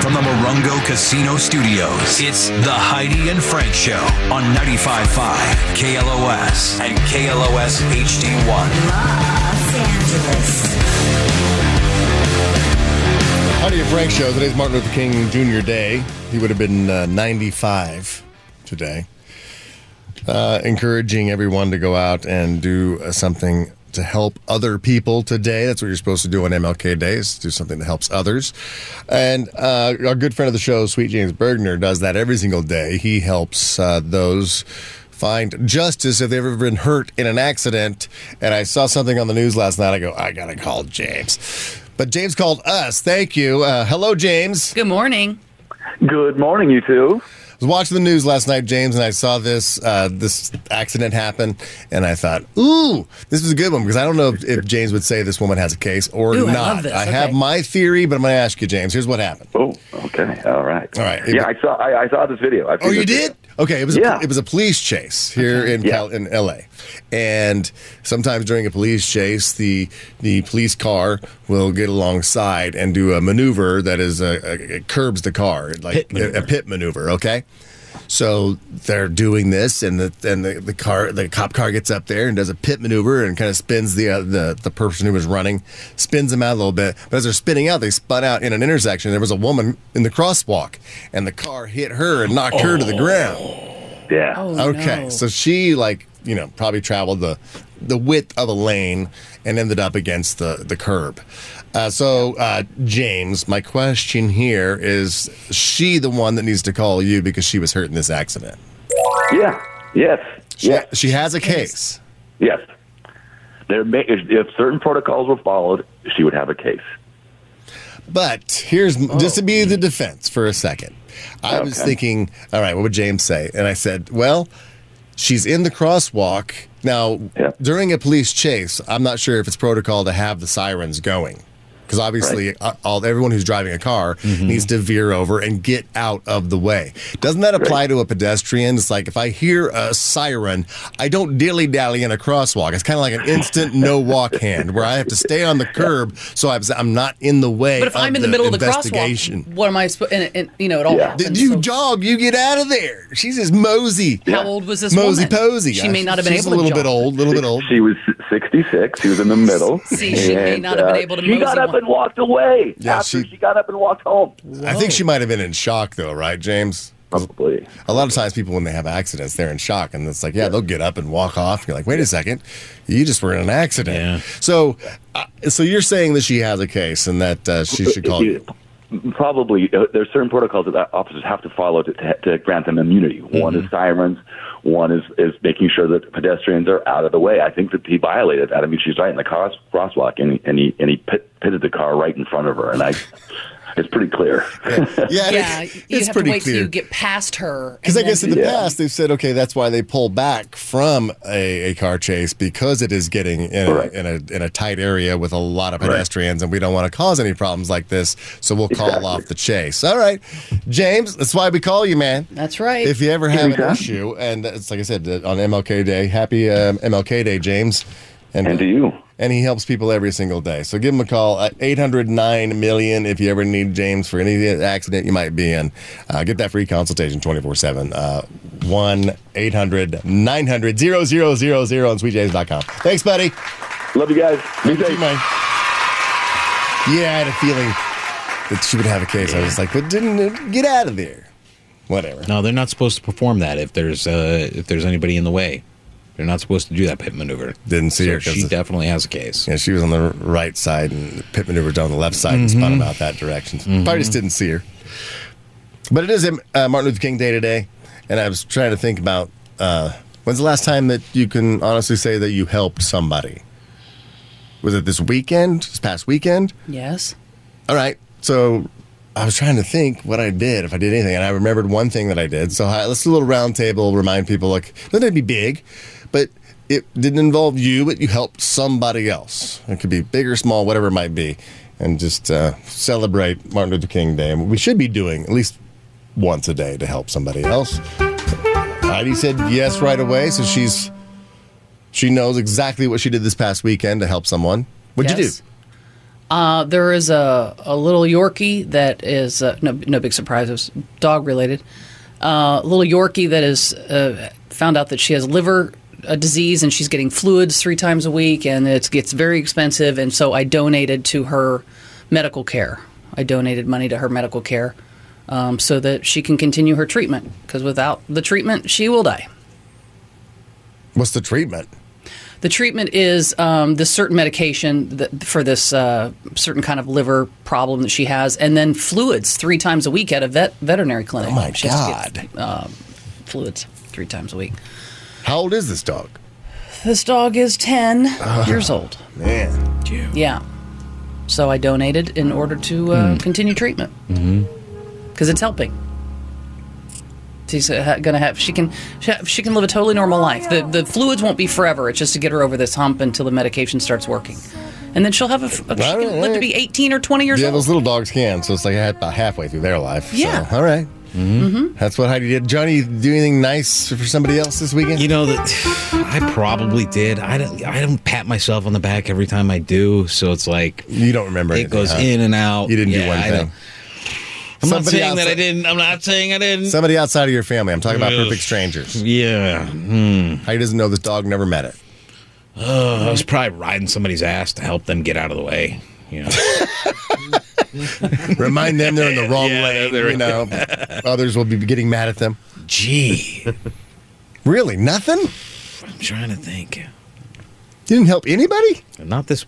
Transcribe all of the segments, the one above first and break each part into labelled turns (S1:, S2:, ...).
S1: from the Morongo Casino Studios. It's the Heidi and Frank Show on 95.5 KLOS and KLOS HD1.
S2: Los Angeles.
S3: Howdy, and Frank Show. Today's Martin Luther King Jr. Day. He would have been uh, 95 today. Uh, encouraging everyone to go out and do uh, something to help other people today. That's what you're supposed to do on MLK Day is do something that helps others. And uh, our good friend of the show, Sweet James Bergner, does that every single day. He helps uh, those find justice if they've ever been hurt in an accident. And I saw something on the news last night. I go, I gotta call James. But James called us. Thank you. Uh, hello, James.
S4: Good morning.
S5: Good morning, you two.
S3: I was watching the news last night, James, and I saw this uh, this accident happen, and I thought, "Ooh, this is a good one," because I don't know if, if James would say this woman has a case or
S4: Ooh, I
S3: not.
S4: love this. Okay.
S3: have my theory, but I'm going to ask you, James. Here's what happened.
S5: Oh, okay, all right,
S3: All right.
S5: Yeah, I saw I, I saw this video. I
S3: Oh, you did? Okay, it was
S5: Yeah.
S3: a, it was a police chase here in
S5: Yeah.
S3: Cal- in L.A. And sometimes during a police chase, the the police car will get alongside and do a maneuver that is uh uh it curbs the car, like a, a pit maneuver. Okay, so they're doing this, and the and the, the car the cop car gets up there and does a pit maneuver and kind of spins the uh, the the person who was running, spins them out a little bit. But as they're spinning out, they spun out in an intersection. There was a woman in the crosswalk, and the car hit her and knocked her to the ground.
S5: Yeah.
S4: Oh,
S3: Okay,
S4: no.
S3: so she like you know probably traveled the the width of a lane and ended up against the the curb. Uh, so uh, James, my question here is: She the one that needs to call you because she was hurt in this accident?
S5: Yeah. Yes.
S3: She,
S5: yes.
S3: she has a case.
S5: Yes. There may, if, if certain protocols were followed, she would have a case.
S3: But here's just to be the defense for a second. I was
S5: Oh. Okay.
S3: thinking, all right, what would James say? And I said, well, she's in the crosswalk. Now,
S5: Yeah.
S3: during a police chase, I'm not sure if it's protocol to have the sirens going. Because obviously, uh all everyone who's driving a car
S5: Mm-hmm.
S3: needs to veer over and get out of the way. Doesn't that apply to a pedestrian? It's like if I hear a siren, I don't dilly dally in a crosswalk. It's kind of like an instant no walk hand where I have to stay on the curb so I'm I'm not in the way.
S4: But if
S3: of
S4: I'm in the middle of the crosswalk,
S3: investigation.
S4: what am I supposed? And, and you know, it all
S5: Yeah.
S4: happens.
S3: Did you
S4: so-
S3: jog? You get out of there. She's just mosey.
S4: How old was this
S3: Mosey
S4: woman?
S3: posy.
S4: She may not have been
S3: She's
S4: able
S3: a
S4: to
S3: little
S4: jog.
S3: bit old. A little bit old.
S5: She was 66. She was in the middle.
S4: See, she may
S5: And,
S4: not have been
S5: uh,
S4: able to
S5: She got
S4: mosey
S5: up
S4: one.
S5: and walked away
S3: Yeah,
S5: after
S3: she-
S5: she got up and walked home.
S3: I think she might have been in shock though, right, James?
S5: Probably.
S3: A lot of times, people when they have accidents, they're in shock, and it's like, yeah, they'll get up and walk off. You're like, wait a second, you just were in an accident.
S6: Yeah.
S3: So, uh, so you're saying that she has a case and that uh, she should call you.
S5: Probably. Uh, there's certain protocols that officers have to follow to, to, to grant them immunity. One
S3: Mm-hmm.
S5: is sirens. One is, is making sure that pedestrians are out of the way. I think that he violated that. I mean, she's right in the cross, crosswalk, and, he- and he and he pit, pitted the car right in front of her, and I. It's pretty clear.
S3: Yeah,
S4: Yeah,
S3: it's
S4: you have to
S3: pretty
S4: wait till
S3: clear.
S4: you get past her.
S3: Because I
S4: and
S3: guess in
S4: then-
S3: the
S5: Yeah.
S3: past they've said, okay, that's why they pull back from a, a car chase because it is getting in a,
S5: Right.
S3: in a in a tight area with a lot of pedestrians, and we don't want to cause any problems like this, so we'll call
S5: Exactly.
S3: off the chase. All right, James, that's why we call you, man.
S4: That's right.
S3: If you ever have an
S5: Anytime.
S3: issue, and it's like I said uh, on MLK Day, happy um, MLK Day, James.
S5: And to you.
S3: And uh, he helps people every single day. So give him a call uh, at 809 million if you ever need James for any accident you might be in. Uh, get that free consultation uh, 24 7. 1 800 900 0000 on sweetjames.com. Thanks, buddy.
S5: Love you guys. Be safe.
S3: Yeah, I had a feeling that she would have a case. I was like, but didn't it get out of there? Whatever.
S6: No, they're not supposed to perform that if there's uh, if there's anybody in the way. They're not supposed to do that pit maneuver.
S3: Didn't see
S6: So
S3: her 'cause
S6: She
S3: of-
S6: definitely has a case.
S3: Yeah, she was on the right side, and Pitt maneuvered on the left side and spun about that direction. Probably just didn't see her. But it is um, uh, Martin Luther King Day today, and I was trying to think about uh, when's the last time that you can honestly say that you helped somebody? Was it this weekend, this past weekend?
S4: yes.
S3: All right. So I was trying to think what I did, if I did anything, and I remembered one thing that I did. So I, let's do a little round table, remind people like, that would be big, but it didn't involve you, but you helped somebody else. It could be big or small, whatever it might be, and just uh, celebrate Martin Luther King Day. And we should be doing at least once a day to help somebody else. Heidi said yes right away, so she's she knows exactly what she did this past weekend to help someone. What'd you
S4: yes.
S3: do?
S4: Uh, there is a, a little Yorkie that is uh, no no big surprise. It was dog related. Uh, little Yorkie that is uh, found out that she has liver uh, disease and she's getting fluids three times a week and it gets very expensive. And so I donated to her medical care. I donated money to her medical care um, so that she can continue her treatment because without the treatment, she will die.
S3: What's the treatment?
S4: The treatment is um, this certain medication that, for this uh, certain kind of liver problem that she has, and then fluids three times a week at a vet veterinary clinic.
S3: Oh, my
S4: she Has to get, um, fluids three times a week.
S3: How old is this dog?
S4: This dog is ten
S3: Uh-huh.
S4: years old.
S3: Man,
S4: Yeah, so I donated in order to uh, continue treatment because it's helping. She's uh, ha- gonna have she can she, ha- she can live a totally normal life. The the fluids won't be forever. It's just to get her over this hump until the medication starts working, and then she'll have a, f- she
S3: All
S4: can
S3: right,
S4: live to be eighteen or twenty years
S3: yeah,
S4: old.
S3: those little dogs can. So it's like ha- about halfway through their life. So,
S4: Yeah.
S3: all right. Mm-hmm. That's what Heidi did. Johnny, do anything nice for somebody else this weekend?
S6: You know that I probably did. I don't. I don't pat myself on the back every time I do. So it's like
S3: You don't remember
S6: it
S3: anything,
S6: goes
S3: huh?
S6: in and out.
S3: You didn't
S6: Yeah,
S3: do one
S6: I
S3: thing.
S6: don't- I'm not
S3: Somebody
S6: saying that I
S3: outside-
S6: didn't. I'm not saying I didn't.
S3: Somebody outside of your family. I'm talking about
S6: Ugh.
S3: perfect strangers.
S6: yeah,
S3: Heidi doesn't know this dog, never met it.
S6: I was probably riding somebody's ass to help them get out of the way. You know,
S3: Remind them they're in the wrong
S6: Yeah,
S3: lane.
S6: they're-
S3: You know, others will be getting mad at them.
S6: gee,
S3: Really, nothing? You
S6: I'm trying to think.
S3: didn't help anybody
S6: Not this,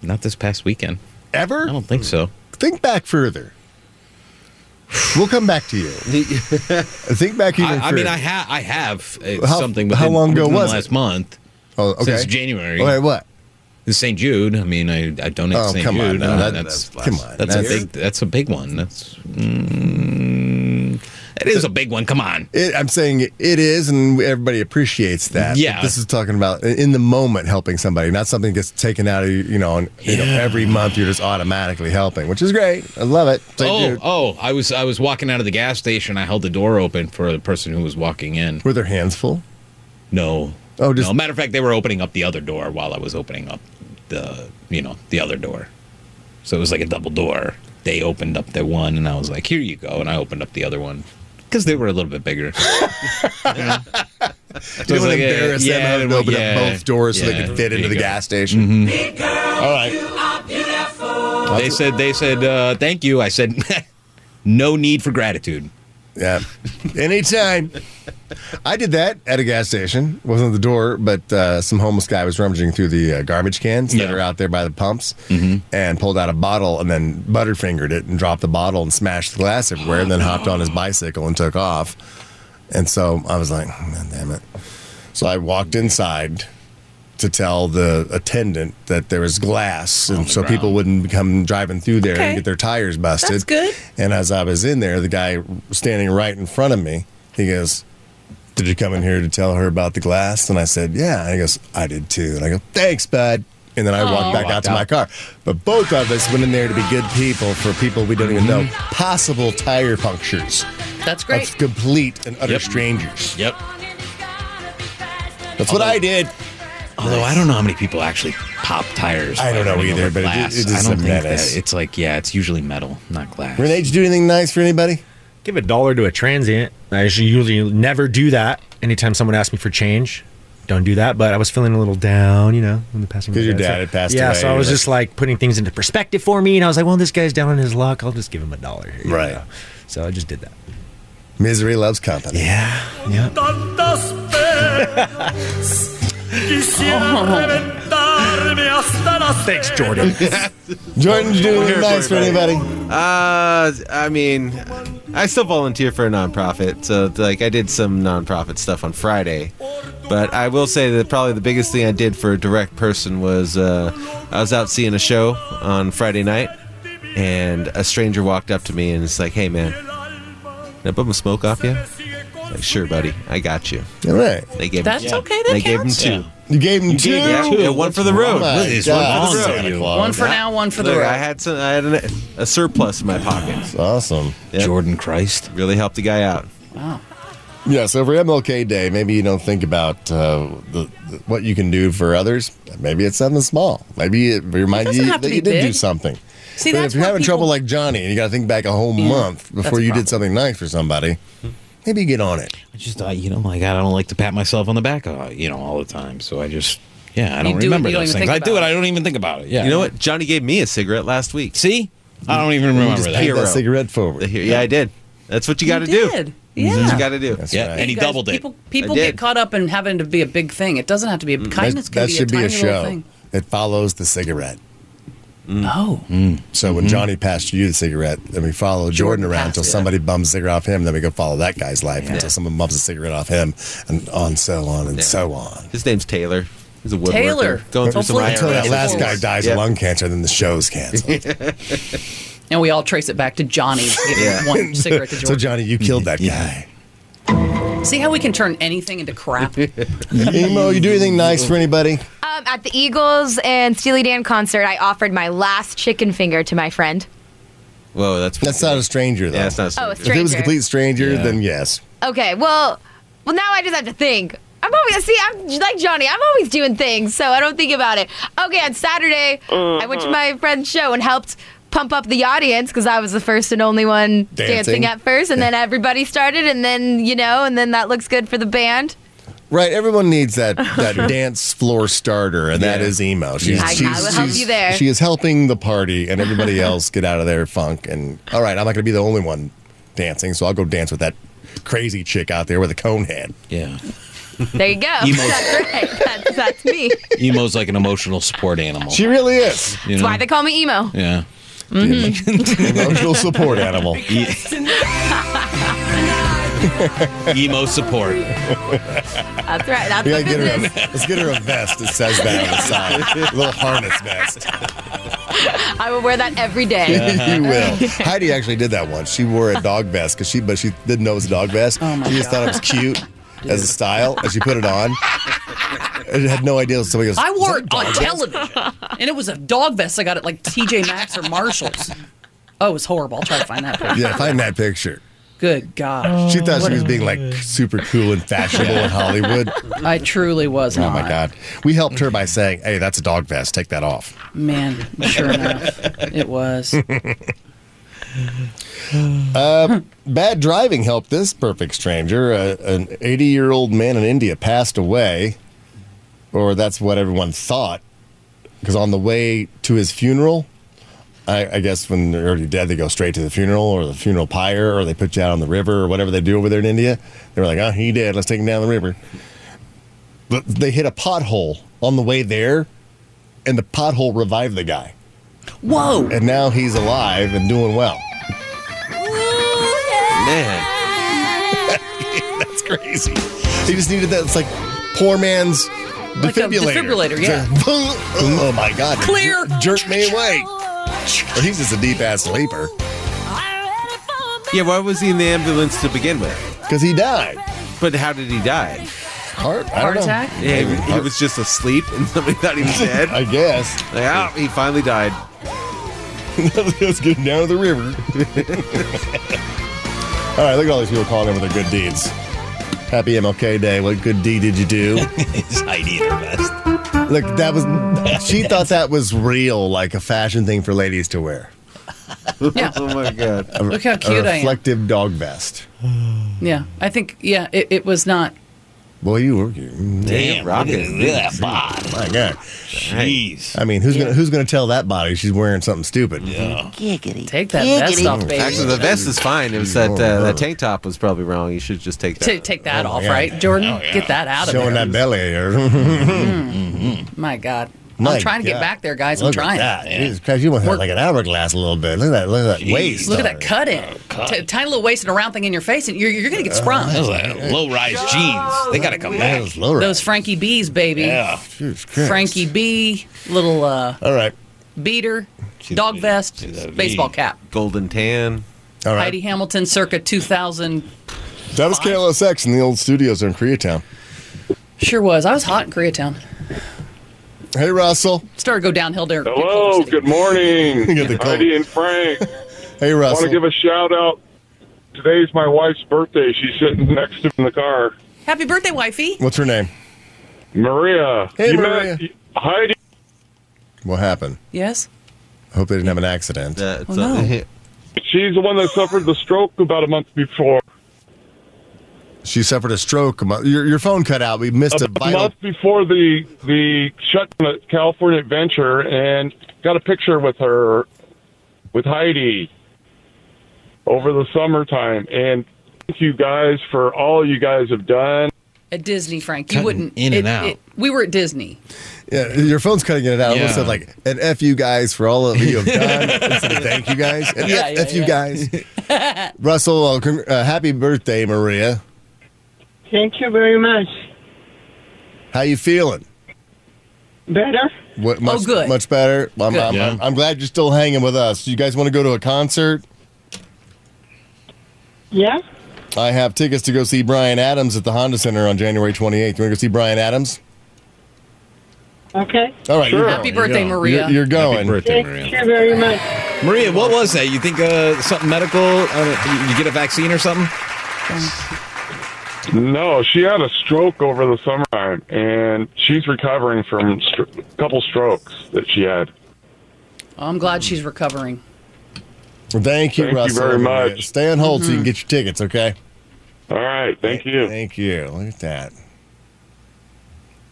S6: not this past weekend. I
S3: ever.
S6: don't think so.
S3: Think back further. We'll come back to you. Think back even
S6: I, I
S3: further.
S6: mean, I have, I have uh,
S3: How-
S6: something.
S3: how
S6: within-
S3: long ago
S6: within the
S3: was it?
S6: last month?
S3: oh, okay.
S6: Since January.
S3: All right, what?
S6: The St. Jude. I mean, I, I donate
S3: Oh,
S6: to St.
S3: come on
S6: Jude.
S3: now.
S6: Uh,
S3: That-
S6: that's
S3: that's- come on.
S6: That's,
S3: That's-
S6: a big. That's a big one. That's. Mm, it is a big one. Come on.
S3: It, I'm saying it is, and everybody appreciates that. but
S6: Yeah.
S3: this is talking about in the moment helping somebody, not something that's taken out of you. You know, and, you know,
S6: Yeah.
S3: every month you're just automatically helping, which is great. I love it. It's like,
S6: oh,
S3: dude,
S6: oh! I was I was walking out of the gas station. I held the door open for the person who was walking in.
S3: were their hands full?
S6: No.
S3: Oh, just-
S6: no. Matter of fact, they were opening up the other door while I was opening up the you know the other door. So it was like a double door. They opened up the one, and I was like, "Here you go," and I opened up the other one because they were a little bit bigger.
S3: Don't
S6: It's like, uh,
S3: embarrass them
S6: yeah,
S3: having to
S6: well,
S3: open
S6: yeah,
S3: up both doors so they
S6: yeah,
S3: could fit
S6: there
S3: into
S6: you
S3: the
S6: go. Mm-hmm.
S3: gas station. All right.
S6: They said they said uh, thank you. I said no need for gratitude.
S3: Yeah. Anytime. I did that at a gas station. Wasn't at the door, but uh, some homeless guy was rummaging through the uh, garbage cans that
S6: Yeah. Mm-hmm.
S3: are out there by the pumps and pulled out a bottle and then butterfingered it and dropped the bottle and smashed the glass everywhere and then hopped on his bicycle and took off. And so I was like, "Man, damn it. So I walked inside to tell the attendant that there was glass and
S6: the
S3: so
S6: ground.
S3: people wouldn't come driving through there
S4: Okay.
S3: and get their tires busted.
S4: That's good.
S3: And as I was in there, the guy standing right in front of me, he goes, Did you come in here to tell her about the glass? And I said, Yeah. And he goes, I did too. And I go, Thanks, bud. And then I walked back
S6: Walked
S3: out to
S6: out.
S3: my car. But both of us went in there to be good people for people we don't even know.
S4: Mm-hmm.
S3: Possible tire punctures
S4: That's great.
S3: of complete and utter
S6: Yep.
S3: strangers.
S6: Yep.
S3: That's what I did.
S6: Although I don't know how many people actually pop tires.
S3: I
S6: by
S3: don't know
S6: running
S3: either,
S6: over
S3: but it-
S6: glass.
S3: it is
S6: I don't
S3: something
S6: think
S3: that is.
S6: that it's like yeah, it's usually metal, not glass.
S3: Renee, did you do anything nice for anybody?
S7: Give a dollar to a transient. I should usually never do that. Anytime someone asks me for change, don't do that. But I was feeling a little down, you know, when the passing. of
S3: 'Cause
S7: my
S3: your dad had passed
S7: Yeah,
S3: away,
S7: so I was
S3: you're
S7: just like putting things into perspective for me, and I was like, well, this guy's down on his luck. I'll just give him a dollar here. you
S3: Right.
S7: know? So I just did that.
S3: Misery loves company.
S7: Yeah. Yeah.
S8: Oh.
S7: Thanks, Jordan.
S3: Jordan, did you do anything
S8: here
S3: nice for
S8: for you,
S3: anybody?
S8: Uh, I mean, I still volunteer for a nonprofit, so like I did some nonprofit stuff on Friday. But I will say that probably the biggest thing I did for a direct person was uh, I was out seeing a show on Friday night, and a stranger walked up to me and it's like, "Hey, man, can I bum a smoke off you?" Like, sure, buddy, I got you.
S3: All right.
S8: They gave
S4: That's
S8: him,
S4: okay, that
S8: they
S4: counts.
S8: gave him
S6: Yeah.
S8: two.
S3: You gave him two.
S8: gave him two. Yeah, one for the road.
S3: My
S6: What is
S3: God,
S6: wrong with
S3: Santa
S6: you?
S3: Claus.
S4: one for now, one for the
S8: Look,
S4: road.
S8: I had some, I had an, a surplus in my pocket.
S3: Awesome.
S8: Yep.
S6: Jordan Christ.
S8: Really helped the guy out.
S4: wow.
S3: Yeah, so for MLK Day, maybe you don't think about uh, the, the, what you can do for others. Maybe it's something small. Maybe it reminds
S4: doesn't
S3: you
S4: have to
S3: that you
S4: be
S3: did do
S4: big.
S3: something.
S4: See,
S3: but
S4: that's
S3: if you're
S4: what
S3: having
S4: people-
S3: trouble like Johnny and you got to think back a whole month
S4: that's
S3: before
S4: a
S3: you
S4: problem.
S3: did something nice for somebody, maybe get on it.
S6: I just thought, you know, like I don't like to pat myself on the back, uh, you know, all the time. So I just, yeah, I don't
S4: do it,
S6: remember
S4: you don't
S6: those
S4: even
S6: things.
S4: think
S6: I do it,
S4: about it.
S6: I don't even think about it. Yeah,
S8: You know what? Johnny gave me a cigarette last week.
S6: See, I don't even
S3: You
S6: remember
S3: just
S6: that.
S3: pay that
S8: Hero.
S3: cigarette forward.
S8: The hero- Yeah, I did. That's what you got to do.
S4: did.
S8: That's
S4: Yeah.
S8: what you got to do.
S3: That's
S6: Yeah,
S3: right.
S6: and he
S4: You guys,
S6: doubled it.
S4: People, people
S8: I did.
S4: get caught up in having to be a big thing. It doesn't have to be. A, kindness
S3: that,
S4: can
S3: that
S4: be
S3: should
S4: a
S3: be a
S4: tiny little
S3: show
S4: thing.
S3: that follows the cigarette.
S4: Oh,
S3: So
S8: Mm-hmm.
S3: when Johnny passed you the cigarette, then we follow
S4: Jordan
S3: Jordan, around
S4: passed
S3: until
S4: it.
S3: somebody bums a cigarette off him. Then we go follow that guy's life until someone bums a cigarette off him, and on so on and
S8: Yeah.
S3: so on.
S8: His name's Taylor. He's a woodworker.
S4: Taylor.
S8: Going through some
S4: Hopefully
S8: IRS.
S3: Until that
S4: Yeah.
S3: last guy dies
S8: Yeah.
S3: of lung cancer, then the show's canceled.
S4: and we all trace it back to Johnny giving
S8: Yeah.
S4: one cigarette to
S3: so
S4: George.
S3: Johnny, you killed that guy.
S4: See how we can turn anything into crap.
S3: Emo, you do anything nice for anybody?
S9: Um, at the Eagles and Steely Dan concert, I offered my last chicken finger to my friend.
S8: Whoa, that's
S3: That's not a stranger though.
S8: Yeah, it's not.
S9: Oh,
S8: A
S9: it's
S8: stranger.
S3: If it was a
S9: stranger.
S3: complete stranger,
S6: Yeah.
S3: then yes.
S9: Okay, well, well now I just have to think. I'm always see. I'm like Johnny. I'm always doing things, so I don't think about it. Okay, on Saturday, I went to
S3: Mm-hmm.
S9: my friend's show and helped pump up the audience because I was the first and only one dancing,
S3: Dancing.
S9: at first, and then everybody started, and then you know, and then that looks good for the band.
S3: Right, everyone needs that that dance floor starter, and that
S8: Yeah.
S3: is emo. She's,
S9: I- I
S3: she's-
S9: will help
S3: she's-
S9: you there.
S3: She is helping the party and everybody else get out of their funk. And all right, I'm not going to be the only one dancing, so I'll go dance with that crazy chick out there with a cone head.
S6: Yeah,
S9: There you go.
S6: Emo.
S9: That's right. That's, that's me.
S6: emo's like an emotional support animal.
S3: She really is
S6: you
S9: That's
S6: know?
S9: why they call me emo.
S6: yeah.
S9: Mm-hmm.
S3: emotional support animal.
S6: Emo support.
S9: That's right. That's
S3: We
S9: the
S3: gotta get her. A,
S9: business.
S3: let's get her a vest that says that on the side, a little harness vest.
S9: I will wear that every day.
S3: you will. Heidi actually did that once. She wore a dog vest because she, but she didn't know it was a dog vest.
S4: Oh, my
S3: she just thought it was cute as a style, and she put it on. And had no idea. Somebody goes,
S4: I wore
S3: "Is
S4: it
S3: that a
S4: on
S3: dog vest?"
S4: television, and it was a dog vest. I got it like TJ Maxx or Marshalls. Oh, it was horrible. I'll try to find that. Picture.
S3: Yeah, find that picture.
S4: Good gosh,
S3: She thought she was being like super cool and fashionable in Hollywood.
S4: I truly was
S3: Oh
S4: not.
S3: my god. We helped her by saying, "Hey, that's a dog vest. Take that off."
S4: man! Sure enough, it was.
S3: Bad driving helped this perfect stranger. Uh, an 80 year old man in India passed away, or that's what everyone thought. Because on the way to his funeral, I, I guess when they're already dead, they go straight to the funeral or the funeral pyre, or they put you out on the river or whatever they do over there in India. They were like, oh, he dead. Let's take him down the river. But they hit a pothole on the way there, and the pothole revived the guy.
S4: Whoa!
S3: And now he's alive and doing well.
S8: Man,
S3: That's crazy. He just needed that. It's like poor man's
S4: Like a
S3: defibrillator.
S4: defibrillator,
S3: It's
S4: yeah.
S3: like, oh my god.
S4: Clear.
S3: Jer- jerk me away. Or he's just a deep ass sleeper
S8: yeah. Why was he in the ambulance to begin with?
S3: because he died.
S8: But how did he die?
S3: Heart, I
S4: Heart
S3: don't know.
S4: attack?
S8: Yeah, he, he
S3: Heart-
S8: was just asleep, and somebody thought he was dead.
S3: I guess.
S8: Like, oh, he finally died.
S3: Let's get down to the river. all right, look at all these people calling in with their good deeds. Happy MLK Day. What good deed did you do?
S6: It's Heidi in her vest.
S3: Look, that was. She thought that was real, like a fashion thing for ladies to wear.
S8: oh my god.
S4: Look how
S3: A
S4: cute I am.
S3: reflective dog vest.
S4: Yeah, I think yeah, it, it was not.
S3: Boy, you were. you-
S6: Damn,
S8: rock
S6: look at
S8: is
S6: look at that bod.
S3: My God.
S6: Jeez.
S3: I mean, who's gonna who's gonna tell that body she's wearing something stupid?
S4: Take that vest off, baby.
S8: Actually, the vest is fine. It was that uh, that tank top was probably wrong. You should just take
S4: Ta-
S8: that.
S4: take that
S3: Oh,
S4: off,
S3: yeah.
S4: right, Jordan?
S6: Oh, yeah.
S4: Get that out of
S3: Showing
S4: there.
S3: that belly. Or
S4: My God,
S3: My
S4: I'm trying to
S3: God.
S4: get back there, guys. I'm
S3: look
S4: trying.
S3: At that. Jesus Christ, you want to have like an hourglass a little bit. Look at that. Look at that
S6: Jeez.
S3: waist.
S4: Look at
S3: on
S4: that
S3: her.
S4: cut
S6: Oh,
S4: in, T- tiny little waist and a round thing in your face, and you're you're gonna get sprung.
S6: That was like low rise jeans. They gotta come
S3: That
S6: back.
S3: was low
S4: Those Frankie B's, baby.
S6: Yeah.
S3: Jesus Christ.
S4: Frankie B, little uh,
S3: All right.
S4: beater,
S6: She's
S4: dog
S6: a-
S4: vest,
S6: she's a V.
S4: baseball cap.
S8: Golden tan.
S3: All right.
S4: Heidi Hamilton, circa 2000.
S3: That was KLSX in the old studios in Koreatown.
S4: Sure was. I was hot in Koreatown.
S3: Hey, Russell.
S4: Started to go downhill there.
S10: Hello, good morning.
S3: got the cold.
S10: Heidi and Frank.
S3: Hey,
S10: I want
S3: Russell.
S10: to give a shout out Today's my wife's birthday. She's sitting next to me in the car.
S11: Happy birthday, wifey.
S3: What's her name?
S10: Maria.
S3: Hey,
S10: you
S3: Maria.
S10: Met Heidi.
S3: What happened?
S11: Yes.
S3: I hope they didn't have an accident.
S8: That's
S11: Oh, no.
S10: She's the one that suffered the stroke about a month before.
S3: She suffered a stroke. a mo- Your, your phone cut out. We missed a
S10: a
S3: vital.
S10: month before the the shutdown at California Adventure, and got a picture with her, with Heidi, over the summertime. And thank you guys for all you guys have done.
S4: At Disney, Frank, you
S6: Cutting
S4: wouldn't.
S6: in and out.
S4: we were at Disney.
S3: Yeah, your phone's cutting it out. It almost
S6: Yeah.
S3: said like, and F you guys for all of you have done. Instead of thank you guys. And
S4: Yeah,
S3: F,
S4: yeah,
S3: F you
S4: yeah.
S3: guys. Russell, uh, con- uh, happy birthday, Maria.
S12: Thank you very much.
S3: How you feeling?
S12: Better?
S3: What, much,
S4: Oh, good.
S3: Much better. Well, I'm,
S4: Good.
S3: I'm-
S6: Yeah.
S3: I'm- I'm glad you're still hanging with us. You guys want to go to a concert?
S12: Yeah?
S3: I have tickets to go see Brian Adams at the Honda Center on January 28th. You want to go see Brian Adams?
S12: Okay.
S3: All right. You're
S10: Sure.
S3: going.
S4: Happy
S6: you
S4: birthday,
S6: go.
S4: Maria.
S3: You're, you're
S6: Happy
S3: going.
S6: birthday,
S12: Thank
S6: Maria.
S12: you very much.
S6: Maria, what was that? You think uh, something medical? Uh, you- you get a vaccine or something?
S10: No, she had a stroke over the summertime, and she's recovering from stro a couple strokes that she had.
S4: I'm glad she's recovering.
S3: Thank you,
S10: Thank you
S3: Russell.
S10: very much.
S3: Stay on hold so you can get your tickets, okay?
S10: All right, thank you.
S3: Thank you. Look at that.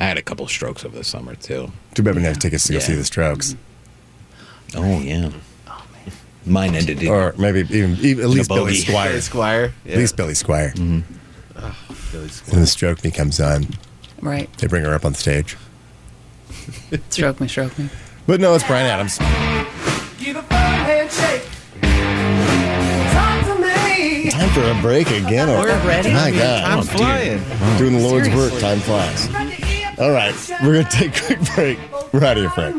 S6: I had a couple strokes over the summer too.
S3: Too bad we didn't have tickets to go
S6: Yeah.
S3: see the Strokes,
S6: Oh yeah. Mine ended. in-
S3: or maybe even, even at least
S6: bogey. Mm-hmm.
S3: Billy Squire.
S8: Billy Squire.
S3: At least Billy Squire. When the Stroke Me comes on,
S4: Right.
S3: they bring her up on stage.
S4: Stroke me, stroke me.
S3: But no, it's Brian Adams. Time for a break again. Or,
S11: We're ready.
S3: My
S8: I'm
S3: God,
S8: flying.
S3: doing the Lord's work. Time flies. All right, we're gonna take a quick break. We're out of here, Frank.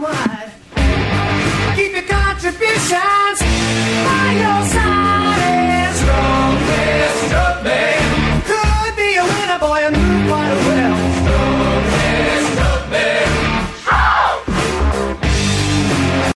S2: Keep your contributions by your side. Strong man, strong man. Could be a winner, boy, and